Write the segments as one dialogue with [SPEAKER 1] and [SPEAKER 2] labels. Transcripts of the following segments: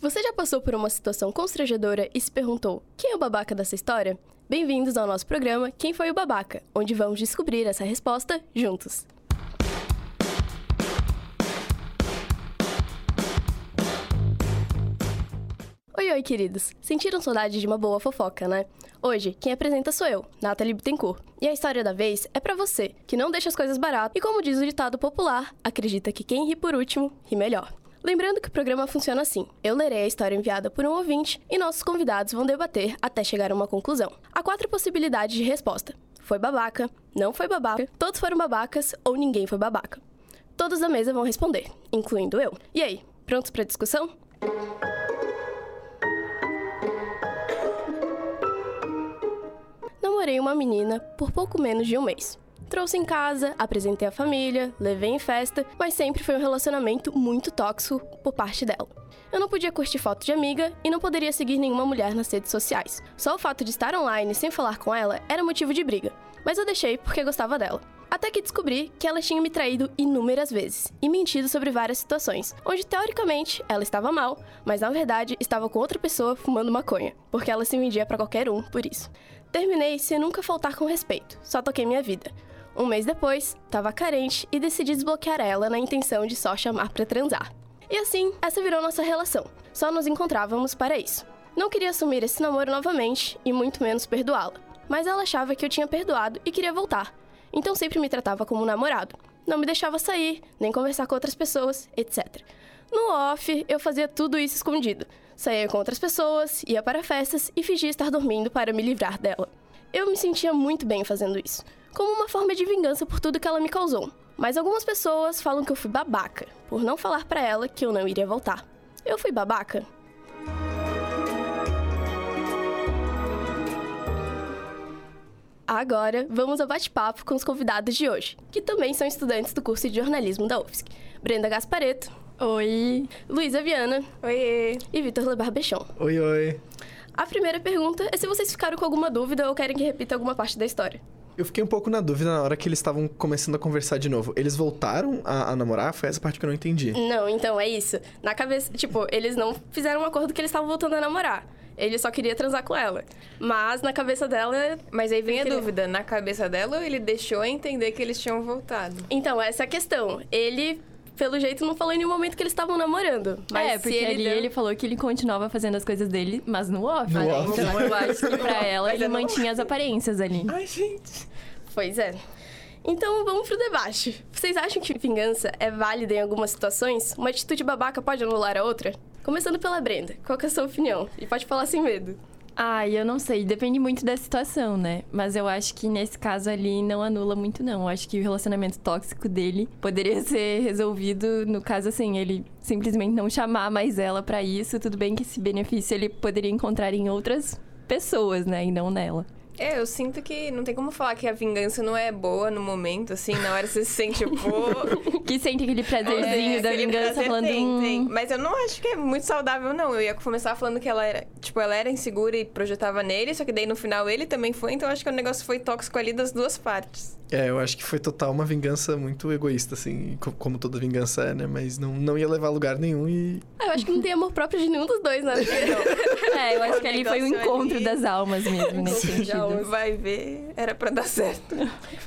[SPEAKER 1] Você já passou por uma situação constrangedora e se perguntou quem é o babaca dessa história? Bem-vindos ao nosso programa Quem Foi o Babaca, onde vamos descobrir essa resposta juntos. Oi, oi, queridos! Sentiram saudade de uma boa fofoca, né? Hoje, quem apresenta sou eu, Nathalie Bittencourt. E a história da vez é para você, que não deixa as coisas baratas e, como diz o ditado popular, acredita que quem ri por último, ri melhor. Lembrando que o programa funciona assim: eu lerei a história enviada por um ouvinte e nossos convidados vão debater até chegar a uma conclusão. Há quatro possibilidades de resposta: foi babaca, não foi babaca, todos foram babacas ou ninguém foi babaca. Todos da mesa vão responder, incluindo eu. E aí, prontos para discussão? Namorei uma menina por pouco menos de um mês. Trouxe em casa, apresentei a família, levei em festa, mas sempre foi um relacionamento muito tóxico por parte dela. Eu não podia curtir foto de amiga e não poderia seguir nenhuma mulher nas redes sociais. Só o fato de estar online sem falar com ela era motivo de briga, mas eu deixei porque gostava dela. Até que descobri que ela tinha me traído inúmeras vezes e mentido sobre várias situações, onde teoricamente ela estava mal, mas na verdade estava com outra pessoa fumando maconha, porque ela se vendia para qualquer um por isso. Terminei sem nunca faltar com respeito, só toquei minha vida. Um mês depois, estava carente e decidi desbloquear ela na intenção de só chamar para transar. E assim, essa virou nossa relação. Só nos encontrávamos para isso. Não queria assumir esse namoro novamente e muito menos perdoá-la, mas ela achava que eu tinha perdoado e queria voltar. Então sempre me tratava como um namorado. Não me deixava sair, nem conversar com outras pessoas, etc. No off, eu fazia tudo isso escondido. Saía com outras pessoas, ia para festas e fingia estar dormindo para me livrar dela. Eu me sentia muito bem fazendo isso, como uma forma de vingança por tudo que ela me causou. Mas algumas pessoas falam que eu fui babaca por não falar para ela que eu não iria voltar. Eu fui babaca? Agora, vamos ao bate-papo com os convidados de hoje, que também são estudantes do curso de jornalismo da UFSC. Brenda Gaspareto. Oi. Luísa Viana. Oi. E Vitor Lebarbechon.
[SPEAKER 2] Oi, oi.
[SPEAKER 1] A primeira pergunta é se vocês ficaram com alguma dúvida ou querem que repita alguma parte da história.
[SPEAKER 2] Eu fiquei um pouco na dúvida na hora que eles estavam começando a conversar de novo. Eles voltaram a, a namorar? Foi essa parte que eu não entendi.
[SPEAKER 1] Não, então é isso. Na cabeça, tipo, eles não fizeram um acordo que eles estavam voltando a namorar. Ele só queria transar com ela. Mas na cabeça dela.
[SPEAKER 3] Mas aí vem
[SPEAKER 1] Ele
[SPEAKER 3] a
[SPEAKER 1] queria-
[SPEAKER 3] dúvida, na cabeça dela ele deixou entender que eles tinham voltado?
[SPEAKER 1] Então, essa é a questão. Ele, pelo jeito, não falou em nenhum momento que eles estavam namorando. Mas
[SPEAKER 4] é, porque
[SPEAKER 1] se ele
[SPEAKER 4] ali
[SPEAKER 1] deu-
[SPEAKER 4] ele falou que ele continuava fazendo as coisas dele, mas no off.
[SPEAKER 2] No
[SPEAKER 4] né?
[SPEAKER 2] off.
[SPEAKER 4] Então eu acho que pra ela ele mantinha as aparências ali.
[SPEAKER 2] Ai, gente.
[SPEAKER 1] Pois é. Então vamos pro debate. Vocês acham que vingança é válida em algumas situações? Uma atitude babaca pode anular a outra? Começando pela Brenda, qual que é a sua opinião? E pode falar sem medo.
[SPEAKER 4] Ai, eu não sei, depende muito da situação, né? Mas eu acho que nesse caso ali não anula muito, não. Eu acho que o relacionamento tóxico dele poderia ser resolvido, no caso, assim, ele simplesmente não chamar mais ela pra isso. Tudo bem que esse benefício ele poderia encontrar em outras pessoas, né? E não nela.
[SPEAKER 3] É, eu sinto que não tem como falar que a vingança não é boa no momento, assim, na hora você se sente, pô.
[SPEAKER 4] Que sente aquele
[SPEAKER 3] É,
[SPEAKER 4] prazerzinho da
[SPEAKER 3] aquele
[SPEAKER 4] vingança
[SPEAKER 3] prazer
[SPEAKER 4] falando.
[SPEAKER 3] tem, tem.
[SPEAKER 4] "Hum,
[SPEAKER 3] assim, Mas eu não acho que é muito saudável, não. Eu ia começar falando que ela era, tipo, ela era insegura e projetava nele, só que daí no final ele também foi, então eu acho que o negócio foi tóxico ali das duas partes.
[SPEAKER 2] É, eu acho que foi total uma vingança muito egoísta, assim, co- como toda vingança é, né? Mas não, não ia levar a lugar nenhum e.
[SPEAKER 1] Ah, eu acho que não tem amor próprio de nenhum dos dois, né?
[SPEAKER 3] Então,
[SPEAKER 4] É, eu acho
[SPEAKER 3] O
[SPEAKER 4] que ali foi o
[SPEAKER 3] negócio
[SPEAKER 4] encontro
[SPEAKER 3] ali.
[SPEAKER 4] das almas mesmo, nesse
[SPEAKER 1] Encontro de almas.
[SPEAKER 4] sentido.
[SPEAKER 3] Vai ver, era pra dar certo.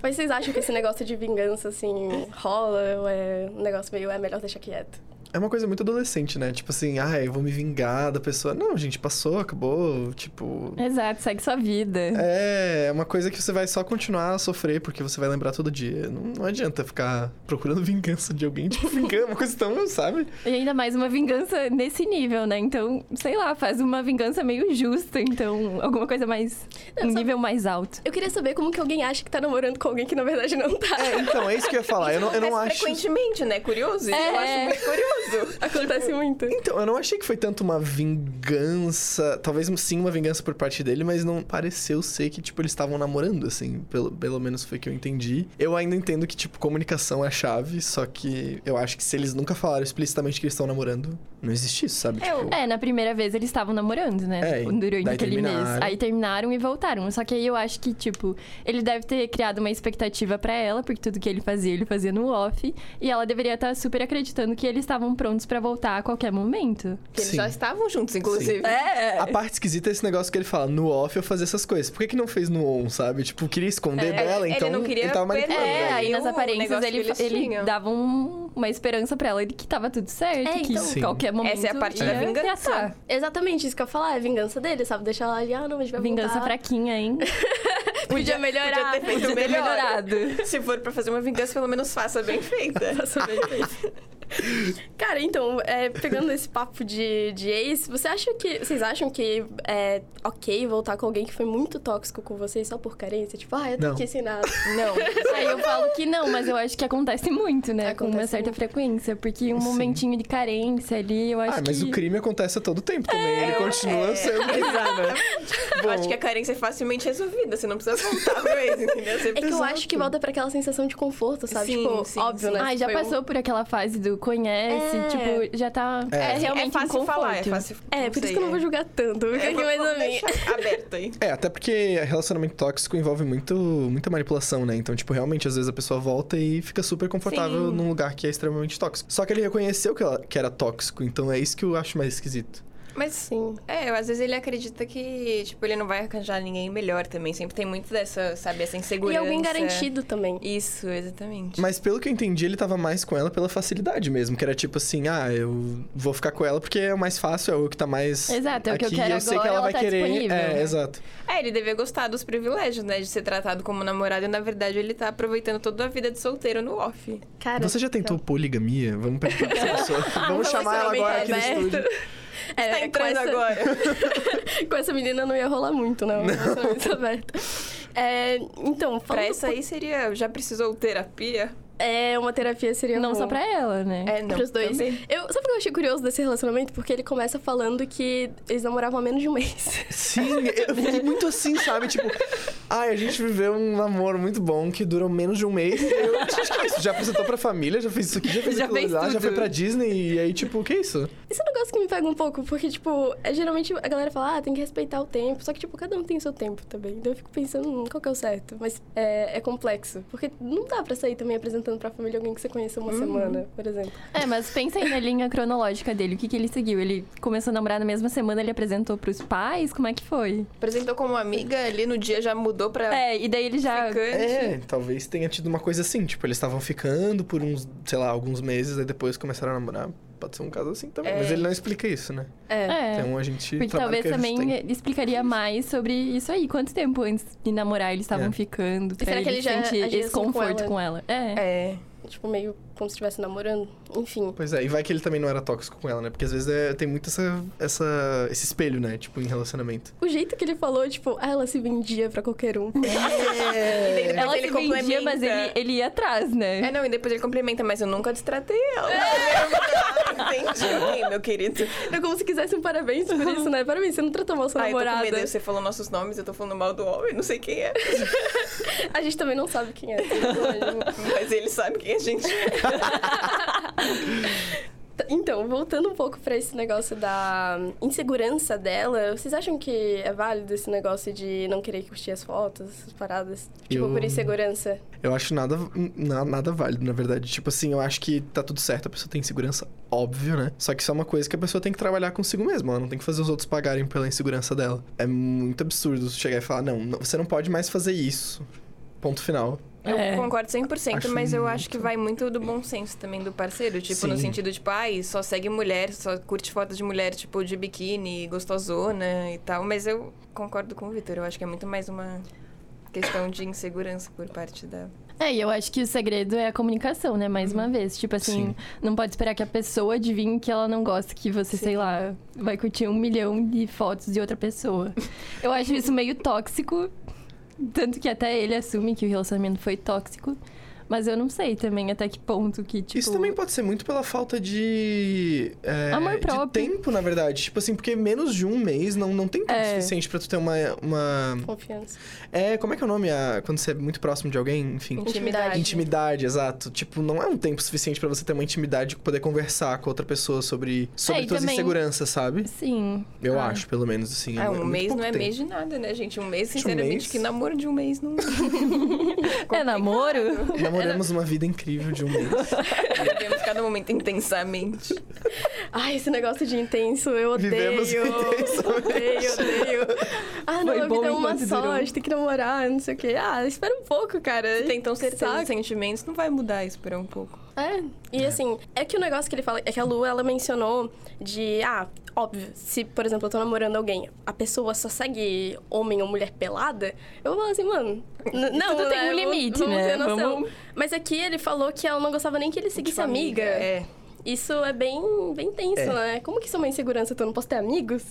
[SPEAKER 1] Mas vocês acham que esse negócio de vingança, assim, rola? Ou é um negócio meio, é melhor deixar quieto?
[SPEAKER 2] É uma coisa muito adolescente, né? Tipo assim, ah, eu vou me vingar da pessoa. Não, gente, passou, acabou. Tipo.
[SPEAKER 4] Exato, segue sua vida.
[SPEAKER 2] É, é uma coisa que você vai só continuar a sofrer, porque você vai lembrar todo dia. Não, não adianta ficar procurando vingança de alguém, tipo, vingança, uma coisa tão, sabe?
[SPEAKER 4] E ainda mais uma vingança nesse nível, né? Então, sei lá, faz uma vingança meio justa, então, alguma coisa mais.
[SPEAKER 1] Não,
[SPEAKER 4] um
[SPEAKER 1] só-
[SPEAKER 4] nível mais alto.
[SPEAKER 1] Eu queria saber como que alguém acha que tá namorando com alguém que na verdade não tá.
[SPEAKER 2] É, então, é isso que eu ia falar. Eu não, eu não
[SPEAKER 3] Acontece
[SPEAKER 2] acho.
[SPEAKER 3] frequentemente, né? Curioso? isso? Eu acho
[SPEAKER 4] É.
[SPEAKER 3] muito curioso.
[SPEAKER 1] Acontece muito.
[SPEAKER 2] Então, eu não achei que foi tanto uma vingança. Talvez sim uma vingança por parte dele, mas não pareceu ser que, tipo, eles estavam namorando, assim. Pelo, pelo menos foi o que eu entendi. Eu ainda entendo que, tipo, comunicação é a chave, só que eu acho que se eles nunca falaram explicitamente que eles estão namorando, Não existe isso, sabe?
[SPEAKER 3] Eu-
[SPEAKER 2] Tipo,
[SPEAKER 4] É, na primeira vez eles estavam namorando, né?
[SPEAKER 2] É, e
[SPEAKER 4] Durante
[SPEAKER 2] daí
[SPEAKER 4] aquele mês.
[SPEAKER 2] terminaram.
[SPEAKER 4] Aí terminaram e voltaram. Só que aí eu acho que, tipo, ele deve ter criado uma expectativa pra ela, porque tudo que ele fazia, ele fazia no off. E ela deveria estar super acreditando que eles estavam prontos pra voltar a qualquer momento.
[SPEAKER 3] Porque eles
[SPEAKER 2] Sim.
[SPEAKER 3] já estavam juntos, inclusive.
[SPEAKER 4] É!
[SPEAKER 2] A parte esquisita é esse negócio que ele fala, no off eu fazia essas coisas. Por que, que não fez no on, sabe? Tipo, queria
[SPEAKER 3] É,
[SPEAKER 2] esconder dela,
[SPEAKER 3] ele
[SPEAKER 2] então
[SPEAKER 3] não queria
[SPEAKER 2] tava
[SPEAKER 3] perder.
[SPEAKER 2] manipulando.
[SPEAKER 4] É,
[SPEAKER 2] né?
[SPEAKER 3] aí
[SPEAKER 4] aí nas
[SPEAKER 3] o
[SPEAKER 4] aparências
[SPEAKER 3] negócio
[SPEAKER 4] ele,
[SPEAKER 3] que eles
[SPEAKER 4] ele
[SPEAKER 3] tinham.
[SPEAKER 4] dava um- uma esperança pra ela de que tava tudo certo,
[SPEAKER 1] É,
[SPEAKER 4] que
[SPEAKER 1] então-
[SPEAKER 2] Sim.
[SPEAKER 4] qualquer momento
[SPEAKER 3] Essa é a parte
[SPEAKER 4] ia
[SPEAKER 3] da vingança. Tá,
[SPEAKER 4] ameaçar.
[SPEAKER 1] Exatamente isso que eu ia falar, é vingança dele, sabe? Deixar ela ali, ah, não, a gente vai
[SPEAKER 4] Vingança
[SPEAKER 1] voltar.
[SPEAKER 4] fraquinha, hein?
[SPEAKER 1] Podia melhorar.
[SPEAKER 3] Podia ter feito
[SPEAKER 4] Podia ter
[SPEAKER 3] melhor.
[SPEAKER 4] melhorado.
[SPEAKER 3] Se for pra fazer uma vingança, pelo menos faça bem feita. faça bem feita.
[SPEAKER 1] Cara, então, é, pegando esse papo de, de ex, você acha que. Vocês acham que é ok voltar com alguém que foi muito tóxico com vocês só por carência? Tipo, ah, eu tô
[SPEAKER 2] Não.
[SPEAKER 1] aqui sem nada.
[SPEAKER 4] Não. Aí eu falo que não, mas eu acho que acontece muito, né? com uma
[SPEAKER 1] Acontece
[SPEAKER 4] certa
[SPEAKER 1] muito.
[SPEAKER 4] frequência. Porque um
[SPEAKER 2] Sim.
[SPEAKER 4] momentinho de carência ali, eu acho
[SPEAKER 2] Ah, mas
[SPEAKER 4] que. É.
[SPEAKER 2] o crime acontece a todo tempo também. ele continua sendo crime, né? Bom,
[SPEAKER 3] Acho que a carência é facilmente resolvida, você não precisa voltar pro ex, entendeu? Você
[SPEAKER 1] É que eu
[SPEAKER 2] Exato.
[SPEAKER 1] acho que volta pra aquela sensação de conforto, sabe?
[SPEAKER 3] Sim,
[SPEAKER 1] tipo,
[SPEAKER 3] sim,
[SPEAKER 1] óbvio,
[SPEAKER 3] sim.
[SPEAKER 1] né?
[SPEAKER 4] Ai, já
[SPEAKER 1] Foi um-
[SPEAKER 4] passou por aquela fase do conhece,
[SPEAKER 1] É.
[SPEAKER 4] tipo, já tá.
[SPEAKER 2] É.
[SPEAKER 4] É,
[SPEAKER 2] É
[SPEAKER 4] realmente
[SPEAKER 3] é fácil
[SPEAKER 4] um
[SPEAKER 3] falar, é
[SPEAKER 4] conforto.
[SPEAKER 3] fácil.
[SPEAKER 1] É, por
[SPEAKER 3] sei,
[SPEAKER 1] isso que eu não vou julgar tanto. Fica aqui
[SPEAKER 3] vou-
[SPEAKER 1] mais
[SPEAKER 3] vou
[SPEAKER 1] ou menos.
[SPEAKER 3] deixar Aberto aí.
[SPEAKER 2] É, até porque relacionamento tóxico envolve muito, muita manipulação, né? Então, tipo, realmente, às vezes a pessoa volta e fica super confortável
[SPEAKER 3] Sim.
[SPEAKER 2] num lugar que é extremamente tóxico. Só que ele reconheceu que, ela- que era tóxico, então é isso que eu acho mais esquisito.
[SPEAKER 3] Mas
[SPEAKER 1] Sim.
[SPEAKER 3] É, às vezes ele acredita que, tipo, ele não vai arranjar ninguém melhor também. Sempre tem muito dessa, sabe, essa
[SPEAKER 1] E
[SPEAKER 3] insegurança.
[SPEAKER 1] alguém garantido também.
[SPEAKER 3] Isso, exatamente.
[SPEAKER 2] Mas pelo que eu entendi, ele tava mais com ela pela facilidade mesmo, que era tipo assim, ah, eu vou ficar com ela porque é o mais fácil, é o que tá mais
[SPEAKER 4] Exato, é o
[SPEAKER 2] aqui,
[SPEAKER 4] que eu quero
[SPEAKER 2] e eu sei
[SPEAKER 4] agora,
[SPEAKER 2] que ela,
[SPEAKER 4] ela
[SPEAKER 2] vai
[SPEAKER 4] tá
[SPEAKER 2] querer.
[SPEAKER 4] disponível,
[SPEAKER 2] é,
[SPEAKER 4] né?
[SPEAKER 2] exato.
[SPEAKER 3] É, ele devia gostar dos privilégios, né? De ser tratado como namorado e, na verdade, ele tá aproveitando toda a vida de solteiro no off.
[SPEAKER 1] Cara,
[SPEAKER 2] Você já tentou
[SPEAKER 4] então.
[SPEAKER 2] poligamia? Vamos perguntar pra essa pessoa. Vamos, chamar ela agora aqui no
[SPEAKER 4] né?
[SPEAKER 1] experimentar,
[SPEAKER 2] estúdio.
[SPEAKER 1] É,
[SPEAKER 3] tá
[SPEAKER 1] com
[SPEAKER 3] entrando
[SPEAKER 1] essa-
[SPEAKER 3] agora.
[SPEAKER 1] com essa menina não ia rolar muito, né? Um relacionamento aberto. É, então, falando
[SPEAKER 3] pra isso aí seria. Já precisou terapia?
[SPEAKER 1] É, uma terapia seria
[SPEAKER 4] Não
[SPEAKER 1] bom.
[SPEAKER 4] só pra ela, né?
[SPEAKER 3] É, não.
[SPEAKER 1] Pros dois.
[SPEAKER 3] também.
[SPEAKER 1] Eu, sabe o que eu achei curioso desse relacionamento? Porque ele começa falando que eles namoravam há menos de um mês.
[SPEAKER 2] Sim, eu fiquei muito assim, sabe? Tipo, ai, a gente viveu um namoro muito bom que durou menos de um mês. E Eu, "Ah, isso já apresentou pra família, já fez isso aqui, já fez
[SPEAKER 4] Já
[SPEAKER 2] aquilo
[SPEAKER 4] fez
[SPEAKER 2] lá, já
[SPEAKER 4] tudo."
[SPEAKER 2] foi pra Disney. E aí, tipo, o que é isso?
[SPEAKER 1] Esse é um negócio que me pega um pouco, porque, tipo, é, geralmente a galera fala, ah, tem que respeitar o tempo. Só que, tipo, cada um tem o seu tempo também. Então eu fico pensando, hum, qual que é o certo? Mas é, é complexo. Porque não dá pra sair também apresentando pra família alguém que você conheceu
[SPEAKER 3] Uhum.
[SPEAKER 1] uma semana, por exemplo.
[SPEAKER 4] É, mas pensa aí na linha cronológica dele. O que, que ele seguiu? Ele começou a namorar na mesma semana, ele apresentou pros pais? Como é que foi?
[SPEAKER 3] Apresentou como amiga ali no dia, já mudou pra.
[SPEAKER 4] É, e daí ele já.
[SPEAKER 3] ficante.
[SPEAKER 2] É, talvez tenha tido uma coisa assim. Tipo, eles estavam ficando por uns, sei lá, alguns meses, aí depois começaram a namorar. Pode ser um caso assim também.
[SPEAKER 3] É.
[SPEAKER 2] Mas ele não explica isso, né?
[SPEAKER 1] É.
[SPEAKER 4] É.
[SPEAKER 2] Então a gente.
[SPEAKER 4] Porque
[SPEAKER 2] trabalha
[SPEAKER 4] talvez
[SPEAKER 2] com o que a gente
[SPEAKER 4] também
[SPEAKER 2] tem.
[SPEAKER 4] explicaria mais sobre isso aí. Quanto tempo antes de namorar eles estavam
[SPEAKER 2] É.
[SPEAKER 4] ficando? Pra
[SPEAKER 1] será que ele já
[SPEAKER 4] sentir
[SPEAKER 1] agia
[SPEAKER 4] esse
[SPEAKER 1] assim com
[SPEAKER 4] conforto
[SPEAKER 1] ela?
[SPEAKER 4] com ela? É.
[SPEAKER 3] É.
[SPEAKER 1] Tipo, meio como se estivesse namorando. Enfim.
[SPEAKER 2] Pois é, e vai que ele também não era tóxico com ela, né? Porque às vezes é- tem muito essa, essa, esse espelho, né? Tipo, em relacionamento.
[SPEAKER 1] O jeito que ele falou, tipo, ah, ela se vendia pra qualquer um.
[SPEAKER 3] E daí depois
[SPEAKER 4] Ela
[SPEAKER 3] ele
[SPEAKER 4] se vendia,
[SPEAKER 3] complementa.
[SPEAKER 4] mas ele, ele ia atrás, né?
[SPEAKER 3] É, não, e depois ele complementa, mas eu nunca destratei ela. Entendi, ok, meu querido.
[SPEAKER 1] É como se quisesse um parabéns por isso, né? Parabéns, você não tratou mal sua
[SPEAKER 3] Ai, Ah, eu tô com
[SPEAKER 1] namorada.
[SPEAKER 3] medo, você falou nossos nomes, eu tô falando mal do homem, não sei quem é.
[SPEAKER 1] A gente também não sabe quem é.
[SPEAKER 3] Mas ele sabe quem a gente é.
[SPEAKER 1] então, voltando um pouco pra esse negócio da insegurança dela, vocês acham que é válido esse negócio de não querer curtir as fotos, essas paradas? Tipo,
[SPEAKER 2] Eu-
[SPEAKER 1] por insegurança?
[SPEAKER 2] Eu acho nada, na- nada válido, na verdade. Tipo assim, eu acho que tá tudo certo, a pessoa tem insegurança, óbvio, né? Só que isso é uma coisa que a pessoa tem que trabalhar consigo mesma, ela não tem que fazer os outros pagarem pela insegurança dela. É muito absurdo você chegar e falar, não, não, você não pode mais fazer isso. Ponto final.
[SPEAKER 3] Eu
[SPEAKER 4] É.
[SPEAKER 3] concordo 100%,
[SPEAKER 2] Acho
[SPEAKER 3] mas eu
[SPEAKER 2] muito.
[SPEAKER 3] acho que vai muito do bom senso também do parceiro. Tipo, no
[SPEAKER 2] Sim.
[SPEAKER 3] sentido, tipo, ai, só segue mulher, só curte fotos de mulher, tipo, de biquíni, gostosona e tal. Mas eu concordo com o Vitor, eu acho que é muito mais uma questão de insegurança por parte da...
[SPEAKER 4] É, e eu acho que o segredo é a comunicação, né? Mais uma vez. Tipo assim,
[SPEAKER 2] Uhum. Sim.
[SPEAKER 4] não pode esperar que a pessoa adivinhe que ela não gosta, que você, sei lá, vai curtir um milhão de fotos de outra pessoa. eu acho isso meio tóxico. Tanto que até ele assume que o relacionamento foi tóxico. Mas eu não sei também até que ponto que, tipo...
[SPEAKER 2] Isso também pode ser muito pela falta de. é,
[SPEAKER 4] Amor
[SPEAKER 2] de
[SPEAKER 4] próprio.
[SPEAKER 2] tempo, na verdade. Tipo assim, porque menos de um mês não, não tem tempo
[SPEAKER 4] É.
[SPEAKER 2] suficiente pra tu ter uma, uma.
[SPEAKER 1] Confiança.
[SPEAKER 2] É, como é que é o nome? A- quando você é muito próximo de alguém, enfim.
[SPEAKER 1] Intimidade.
[SPEAKER 2] Intimidade, exato. Tipo, não é um tempo suficiente pra você ter uma intimidade e poder conversar com outra pessoa sobre, sobre
[SPEAKER 4] e
[SPEAKER 2] tuas
[SPEAKER 4] também-
[SPEAKER 2] inseguranças, sabe?
[SPEAKER 4] Sim.
[SPEAKER 2] Eu
[SPEAKER 4] Ah.
[SPEAKER 2] acho, pelo menos, assim.
[SPEAKER 3] Ah, um
[SPEAKER 2] muito
[SPEAKER 3] mês
[SPEAKER 2] pouco
[SPEAKER 3] não é
[SPEAKER 2] tempo.
[SPEAKER 3] mês de nada, né, gente? Um mês,
[SPEAKER 2] De um
[SPEAKER 3] sinceramente,
[SPEAKER 2] mês.
[SPEAKER 3] que namoro de um mês não.
[SPEAKER 4] É namoro?
[SPEAKER 2] Namoramos uma vida incrível de um mês.
[SPEAKER 3] Vivemos cada momento intensamente.
[SPEAKER 1] Ai, esse negócio de intenso, eu odeio.
[SPEAKER 2] Vivemos
[SPEAKER 1] Odeio, odeio. Ah, não,
[SPEAKER 4] Foi
[SPEAKER 1] a
[SPEAKER 4] bom
[SPEAKER 1] vida é uma
[SPEAKER 4] enquanto
[SPEAKER 1] só,
[SPEAKER 4] durou.
[SPEAKER 1] a gente tem que namorar, não sei o quê. Ah, espera um pouco, cara.
[SPEAKER 3] Tem tão certeza
[SPEAKER 1] Saco.
[SPEAKER 3] dos sentimentos, não vai mudar, esperar um pouco.
[SPEAKER 1] É, e assim, é que o negócio que ele fala, é que a Lu, ela mencionou de, ah, óbvio, se, por exemplo, eu tô namorando alguém, a pessoa só segue homem ou mulher pelada, eu vou falar assim, mano, n- não,
[SPEAKER 4] Tudo tem
[SPEAKER 1] né,
[SPEAKER 4] um
[SPEAKER 1] vamos-
[SPEAKER 4] limite,
[SPEAKER 1] vamos
[SPEAKER 4] né?
[SPEAKER 1] ter noção.
[SPEAKER 4] Vamos-
[SPEAKER 1] Mas aqui ele falou que ela não gostava nem que ele seguisse
[SPEAKER 3] Tipo,
[SPEAKER 1] amiga.
[SPEAKER 3] É.
[SPEAKER 1] Isso é bem, bem tenso,
[SPEAKER 2] É.
[SPEAKER 1] né? Como que isso é uma insegurança, então eu não posso ter amigos?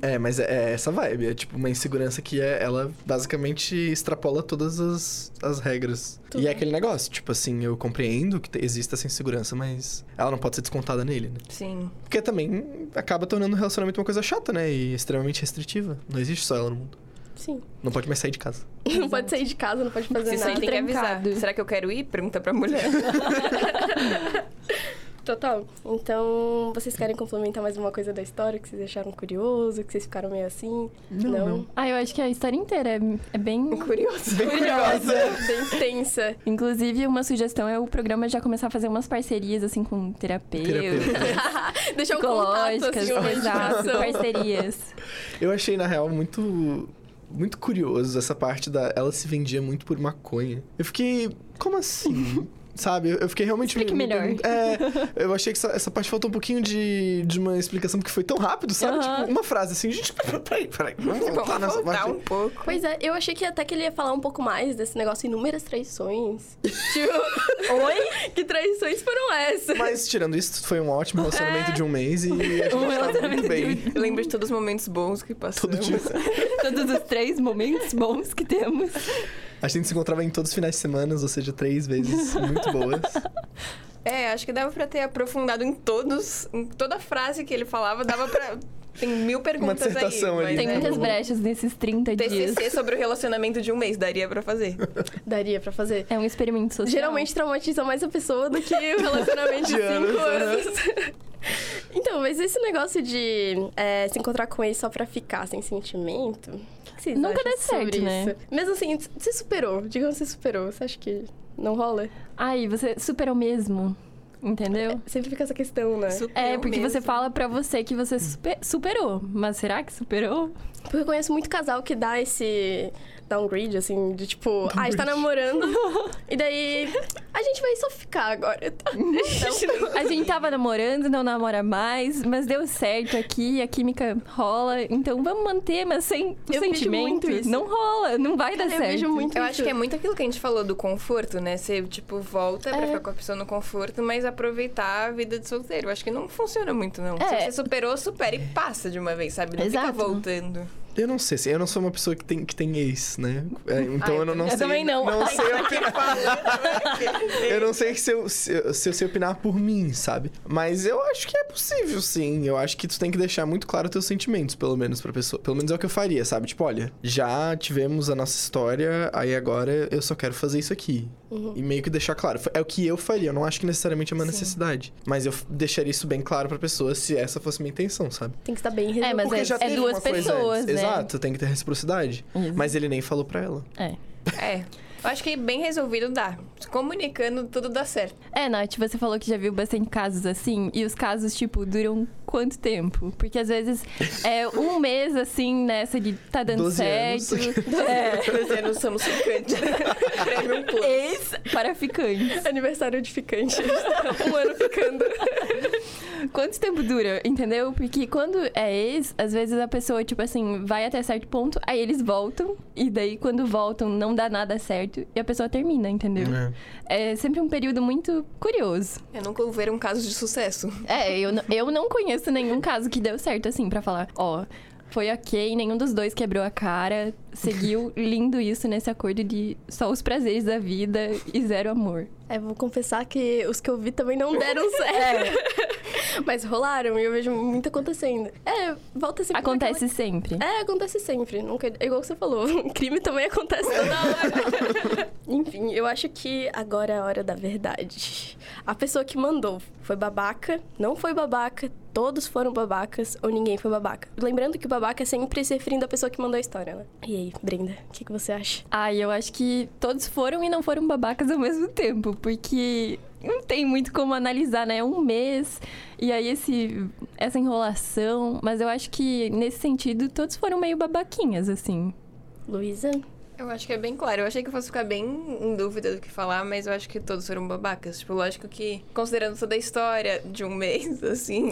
[SPEAKER 2] É, mas é, é essa vibe. É tipo uma insegurança que é, ela basicamente extrapola todas as, as regras.
[SPEAKER 1] Tudo.
[SPEAKER 2] E é aquele negócio, tipo assim, eu compreendo que te- existe essa insegurança, mas ela não pode ser descontada nele, né?
[SPEAKER 3] Sim.
[SPEAKER 2] Porque também acaba tornando o relacionamento uma coisa chata, né? E extremamente restritiva. Não existe só ela no mundo.
[SPEAKER 1] Sim.
[SPEAKER 2] Não pode mais sair de casa.
[SPEAKER 1] Não pode sair de casa, não pode fazer
[SPEAKER 3] Você
[SPEAKER 1] nada.
[SPEAKER 3] sempre tem que avisar.
[SPEAKER 4] trancado.
[SPEAKER 3] Será que eu quero ir? Pergunta pra mulher.
[SPEAKER 1] Total. Então, vocês querem complementar mais uma coisa da história que vocês acharam curioso, que vocês ficaram meio assim? Não.
[SPEAKER 4] Ah, eu acho que a história inteira é, é bem...
[SPEAKER 1] Curioso.
[SPEAKER 2] Bem curiosa.
[SPEAKER 1] Bem tensa.
[SPEAKER 4] Inclusive, uma sugestão é o programa já começar a fazer umas parcerias, assim, com terapeutas,
[SPEAKER 2] Terapeuta.
[SPEAKER 1] Deixar um contato,
[SPEAKER 4] psicológicas,
[SPEAKER 1] assim, uma
[SPEAKER 4] exato,
[SPEAKER 1] indicação.
[SPEAKER 4] parcerias.
[SPEAKER 2] Eu achei, na real, muito. Muito curioso essa parte da. Ela se vendia muito por maconha. Eu fiquei. Como assim? Sabe? Eu- Eu fiquei realmente.
[SPEAKER 4] Explique
[SPEAKER 2] me- me
[SPEAKER 4] melhor.
[SPEAKER 2] pergun- É, eu achei que essa, essa parte faltou um pouquinho de, de uma explicação, porque foi tão rápido, sabe?
[SPEAKER 4] Aham.
[SPEAKER 2] Tipo, uma frase assim, gente, peraí, peraí, peraí. Vamos
[SPEAKER 3] Vamos
[SPEAKER 2] voltar nessa
[SPEAKER 3] voltar um
[SPEAKER 2] parte.
[SPEAKER 3] pouco.
[SPEAKER 1] Pois é, eu achei que até que ele ia falar um pouco mais desse negócio inúmeras traições. tipo,
[SPEAKER 4] é.
[SPEAKER 1] oi? Que traições foram essas?
[SPEAKER 2] Mas tirando isso, foi um ótimo relacionamento
[SPEAKER 1] É.
[SPEAKER 2] de um mês e a gente tá muito
[SPEAKER 4] relacionamento
[SPEAKER 2] bem.
[SPEAKER 4] de- um
[SPEAKER 3] Eu lembro de todos os momentos bons que
[SPEAKER 2] Todo
[SPEAKER 3] passamos.
[SPEAKER 2] dia.
[SPEAKER 4] Todos os três momentos bons que temos.
[SPEAKER 2] A gente se encontrava em todos os finais de semana, ou seja, três vezes muito boas.
[SPEAKER 3] É, acho que dava pra ter aprofundado em todos, em toda frase que ele falava, dava pra. Tem mil perguntas
[SPEAKER 2] dissertação
[SPEAKER 3] aí.
[SPEAKER 2] ali,
[SPEAKER 4] Tem
[SPEAKER 2] né?
[SPEAKER 3] mas é.
[SPEAKER 4] muitas
[SPEAKER 2] bom.
[SPEAKER 4] brechas nesses 30 dias.
[SPEAKER 3] TCC sobre o relacionamento de um mês daria pra fazer.
[SPEAKER 1] Daria pra fazer.
[SPEAKER 4] É um experimento social.
[SPEAKER 1] Geralmente traumatiza mais a pessoa do que o relacionamento de
[SPEAKER 2] De anos,
[SPEAKER 4] né?
[SPEAKER 1] cinco
[SPEAKER 2] aham.
[SPEAKER 1] anos. Então, mas esse negócio de é, se encontrar com ele só pra ficar sem sentimento, o que vocês
[SPEAKER 4] Nunca
[SPEAKER 1] acham
[SPEAKER 4] dá certo,
[SPEAKER 1] sobre
[SPEAKER 4] né?
[SPEAKER 1] isso? Mesmo assim, você superou, digamos que você superou, você acha que não rola?
[SPEAKER 4] Ai, você superou mesmo. Entendeu?
[SPEAKER 1] É, Sempre fica essa questão, né?
[SPEAKER 4] É, porque
[SPEAKER 3] mesmo.
[SPEAKER 4] você fala pra você que você super- superou. Mas será que superou?
[SPEAKER 1] Porque eu conheço muito casal que dá esse downgrade, assim, de tipo, ah, a gente tá namorando, e daí a gente vai só ficar agora. tá? A gente não-
[SPEAKER 4] A gente tava namorando, não namora mais, mas deu certo aqui, a química rola. Então vamos manter, mas sem o
[SPEAKER 1] Eu vejo
[SPEAKER 4] sentimento.
[SPEAKER 1] muito isso.
[SPEAKER 4] Não rola, não vai dar
[SPEAKER 1] Cara, eu
[SPEAKER 4] certo.
[SPEAKER 1] vejo muito
[SPEAKER 3] Eu
[SPEAKER 1] isso.
[SPEAKER 3] acho que é muito aquilo que a gente falou do conforto, né? Você, tipo, volta pra ficar com a pessoa no conforto, mas aproveitar a vida de solteiro. Eu acho que não funciona muito, não.
[SPEAKER 4] É.
[SPEAKER 3] Se você superou, supera e passa de uma vez, sabe? Não fica
[SPEAKER 4] Exato.
[SPEAKER 3] voltando.
[SPEAKER 2] Eu não sei, assim, eu não sou uma pessoa que tem, que tem ex, né? É, então
[SPEAKER 3] Ah,
[SPEAKER 2] eu não, não
[SPEAKER 4] eu
[SPEAKER 2] sei.
[SPEAKER 4] também não. tá
[SPEAKER 2] Não sei
[SPEAKER 3] Ele
[SPEAKER 2] opinar.
[SPEAKER 3] falando,
[SPEAKER 2] Eu não sei se eu, se, eu- se eu sei opinar por mim, sabe? Mas eu acho que é possível, sim. Eu acho que tu tem que deixar muito claro teus sentimentos, pelo menos, pra pessoa. Pelo menos é o que eu faria, sabe? Tipo, olha, já tivemos a nossa história, aí agora eu só quero fazer isso aqui.
[SPEAKER 4] Uhum.
[SPEAKER 2] E meio que deixar claro. É o que eu faria. Eu não acho que necessariamente é uma necessidade. Mas eu f- deixaria isso bem claro pra pessoa se essa fosse minha intenção, sabe?
[SPEAKER 1] Tem que estar bem
[SPEAKER 4] É, mas
[SPEAKER 2] Porque
[SPEAKER 4] é,
[SPEAKER 2] já
[SPEAKER 4] é
[SPEAKER 2] teve
[SPEAKER 4] duas
[SPEAKER 2] uma coisa
[SPEAKER 4] pessoas,
[SPEAKER 2] antes.
[SPEAKER 4] né?
[SPEAKER 2] Exato, tem que ter reciprocidade.
[SPEAKER 4] Isso.
[SPEAKER 2] Mas ele nem falou pra ela.
[SPEAKER 4] É.
[SPEAKER 3] É. Eu acho que bem resolvido dá. Se comunicando, tudo dá certo.
[SPEAKER 4] É, Nath, você falou que já viu bastante casos assim, e os casos, tipo, duram quanto tempo? Porque às vezes é um mês, assim, nessa de tá dando
[SPEAKER 2] Doze
[SPEAKER 4] certo.
[SPEAKER 2] anos.
[SPEAKER 4] É.
[SPEAKER 3] Nós não somos sucantes. Prêmio um Plus.
[SPEAKER 4] Ex para ficantes.
[SPEAKER 1] Aniversário edificante. um ano ficando.
[SPEAKER 4] Quanto tempo dura, entendeu? Porque quando é ex, às vezes a pessoa, tipo assim, vai até certo ponto, aí eles voltam, e daí quando voltam não dá nada certo, e a pessoa termina, entendeu?
[SPEAKER 2] É.
[SPEAKER 4] É, sempre um período muito curioso.
[SPEAKER 3] Eu nunca ouvi um caso de sucesso.
[SPEAKER 4] É, eu, n- eu não conheço nenhum caso que deu certo, assim, pra falar, ó, foi ok, nenhum dos dois quebrou a cara, seguiu lindo isso nesse acordo de só os prazeres da vida e zero amor.
[SPEAKER 1] É, vou confessar que os que eu vi também não deram certo. Mas rolaram e eu vejo muito acontecendo. É, volta sempre.
[SPEAKER 4] Acontece sempre.
[SPEAKER 1] naquela- É, acontece sempre. Nunca... É igual que você falou. Crime também acontece toda hora. Enfim, eu acho que agora é a hora da verdade. A pessoa que mandou foi babaca, não foi babaca, todos foram babacas ou ninguém foi babaca. Lembrando que o babaca é sempre se referindo à pessoa que mandou a história, né? E aí, Brenda, o que, que você acha?
[SPEAKER 4] Ai, eu acho que todos foram e não foram babacas ao mesmo tempo, porque não tem muito como analisar, né? É Um mês e aí esse, essa enrolação. Mas eu acho que nesse sentido todos foram meio babaquinhas, assim.
[SPEAKER 1] Luísa?
[SPEAKER 3] Eu acho que é bem claro. Eu achei que eu fosse ficar bem em dúvida do que falar, mas eu acho que todos foram babacas. Tipo, lógico que, considerando toda a história de um mês, assim,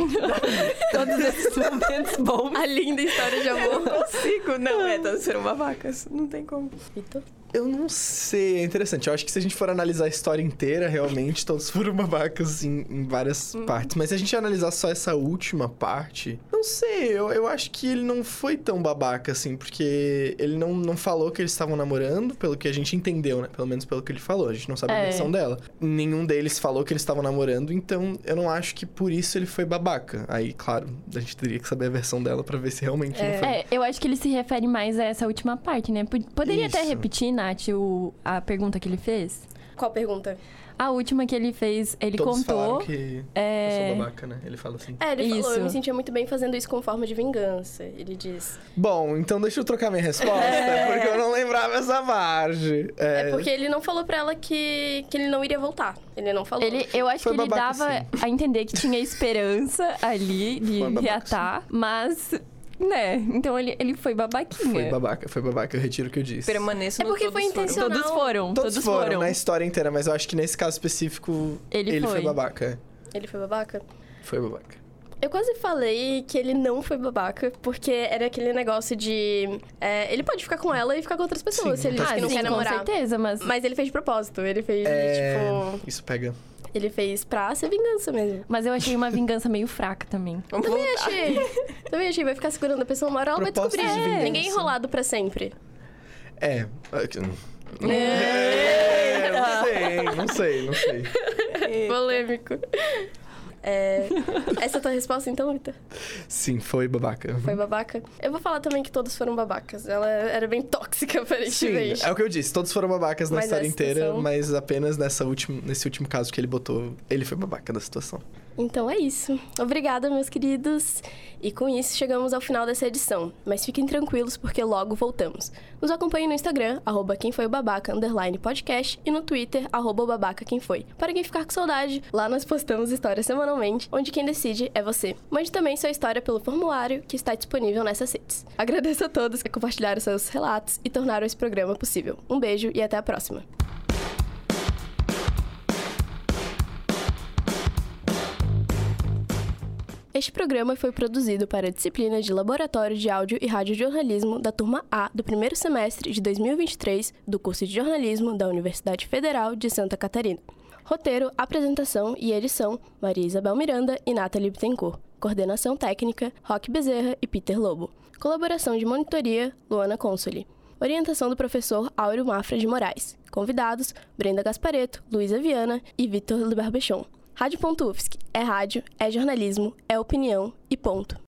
[SPEAKER 4] Todos esses momentos bons.
[SPEAKER 1] A linda história de
[SPEAKER 3] eu
[SPEAKER 1] amor.
[SPEAKER 3] não consigo. Não, é, todos foram babacas. Não tem como.
[SPEAKER 1] Vitor?
[SPEAKER 2] Eu não sei, é interessante. Eu acho que se a gente for analisar a história inteira, realmente, todos foram babacas em, em várias
[SPEAKER 4] Uhum.
[SPEAKER 2] partes. Mas se a gente analisar só essa última parte, não sei, eu, eu acho que ele não foi tão babaca assim, porque ele não, não falou que eles estavam namorando, pelo que a gente entendeu, né? Pelo menos pelo que ele falou, a gente não sabe a
[SPEAKER 4] É.
[SPEAKER 2] versão dela. Nenhum deles falou que eles estavam namorando, então eu não acho que por isso ele foi babaca. Aí, claro, a gente teria que saber a versão dela pra ver se realmente não foi.
[SPEAKER 4] É, eu acho que ele se refere mais a essa última parte, né? Pod- Poderia até
[SPEAKER 2] Isso.
[SPEAKER 4] repetir, Nath, o- a pergunta que ele fez?
[SPEAKER 1] Qual pergunta?
[SPEAKER 4] A última que ele fez, ele
[SPEAKER 2] todos falaram
[SPEAKER 4] contou.
[SPEAKER 2] que eu
[SPEAKER 4] é,
[SPEAKER 2] sou babaca, né? Ele fala assim.
[SPEAKER 1] É, ele falou,
[SPEAKER 4] Isso.
[SPEAKER 1] eu me sentia muito bem fazendo isso com forma de vingança. Ele diz.
[SPEAKER 2] Bom, então deixa eu trocar minha resposta, porque eu não lembrava essa margem.
[SPEAKER 1] É, porque ele não falou pra ela que, que ele não iria voltar. Ele não falou.
[SPEAKER 4] Ele, eu acho
[SPEAKER 2] Foi
[SPEAKER 4] que ele
[SPEAKER 2] babaca,
[SPEAKER 4] dava a entender que tinha esperança ali de
[SPEAKER 2] Foi babaca,
[SPEAKER 4] reatar, mas, né? Então ele, ele foi babaquinha.
[SPEAKER 2] Foi babaca, foi babaca, eu retiro o que eu disse.
[SPEAKER 3] Permaneço
[SPEAKER 1] É
[SPEAKER 3] no
[SPEAKER 1] porque
[SPEAKER 3] todos
[SPEAKER 1] foi
[SPEAKER 3] foram.
[SPEAKER 1] intencional.
[SPEAKER 4] Todos foram,
[SPEAKER 2] Todos,
[SPEAKER 4] todos,
[SPEAKER 2] foram, né? na história inteira, mas eu acho que nesse caso específico
[SPEAKER 4] Ele
[SPEAKER 2] foi.
[SPEAKER 4] foi.
[SPEAKER 2] babaca.
[SPEAKER 1] Ele foi babaca?
[SPEAKER 2] Foi babaca.
[SPEAKER 1] Eu quase falei que ele não foi babaca, porque era aquele negócio de. é, ele pode ficar com ela e ficar com outras pessoas
[SPEAKER 2] Sim.
[SPEAKER 1] se ele diz
[SPEAKER 4] Ah,
[SPEAKER 1] que não
[SPEAKER 4] sim,
[SPEAKER 1] quer
[SPEAKER 4] com
[SPEAKER 1] namorar.
[SPEAKER 4] certeza, mas, mas...
[SPEAKER 1] Mas ele fez de propósito. Ele fez,
[SPEAKER 2] É,
[SPEAKER 1] tipo.
[SPEAKER 2] Isso pega.
[SPEAKER 1] Ele fez pra ser vingança mesmo.
[SPEAKER 4] eu achei uma vingança meio fraca também.
[SPEAKER 3] Vamos
[SPEAKER 1] Também
[SPEAKER 3] voltar.
[SPEAKER 1] achei. Também achei. Vai ficar segurando a pessoa uma hora, ela vai
[SPEAKER 2] Propostas
[SPEAKER 1] descobrir.
[SPEAKER 2] de
[SPEAKER 1] É,
[SPEAKER 2] vingança.
[SPEAKER 1] Ninguém enrolado pra sempre.
[SPEAKER 2] É. É, Não sei, não sei, não sei.
[SPEAKER 1] Polêmico. É, essa é a tua resposta então, Vitor?
[SPEAKER 2] Sim, foi babaca.
[SPEAKER 1] Foi babaca? Eu vou falar também que todos foram babacas. Ela era bem tóxica, aparentemente.
[SPEAKER 2] Sim, é o que eu disse. Todos foram babacas na
[SPEAKER 1] Mas
[SPEAKER 2] história
[SPEAKER 1] a
[SPEAKER 2] inteira,
[SPEAKER 1] situação-
[SPEAKER 2] mas apenas nessa última, nesse último caso que ele botou, ele foi babaca da situação.
[SPEAKER 1] Então é isso. Obrigada, meus queridos. E com isso chegamos ao final dessa edição. Mas fiquem tranquilos porque logo voltamos. Nos acompanhem no Instagram, arroba quem foi o babaca, underline podcast, e no Twitter, arroba o babaca quem foi. Para quem ficar com saudade, lá nós postamos histórias semanalmente, onde quem decide é você. Mande também sua história pelo formulário que está disponível nessas redes. Agradeço a todos que compartilharam seus relatos e tornaram esse programa possível. Um beijo e até a próxima. Este programa foi produzido para a disciplina de Laboratório de Áudio e Radiojornalismo da turma A do primeiro semestre de 2023 do curso de jornalismo da Universidade Federal de Santa Catarina. Roteiro, apresentação e edição: Maria Isabel Miranda e Nathalie Bittencourt. Coordenação técnica: Roque Bezerra e Peter Lobo. Colaboração de monitoria: Luana Consoli. Orientação do professor Áureo Mafra de Moraes. Convidados: Brenda Gaspareto, Luísa Viana e Vitor Libarbechon. Rádio.UFSC é rádio, é jornalismo, é opinião e ponto.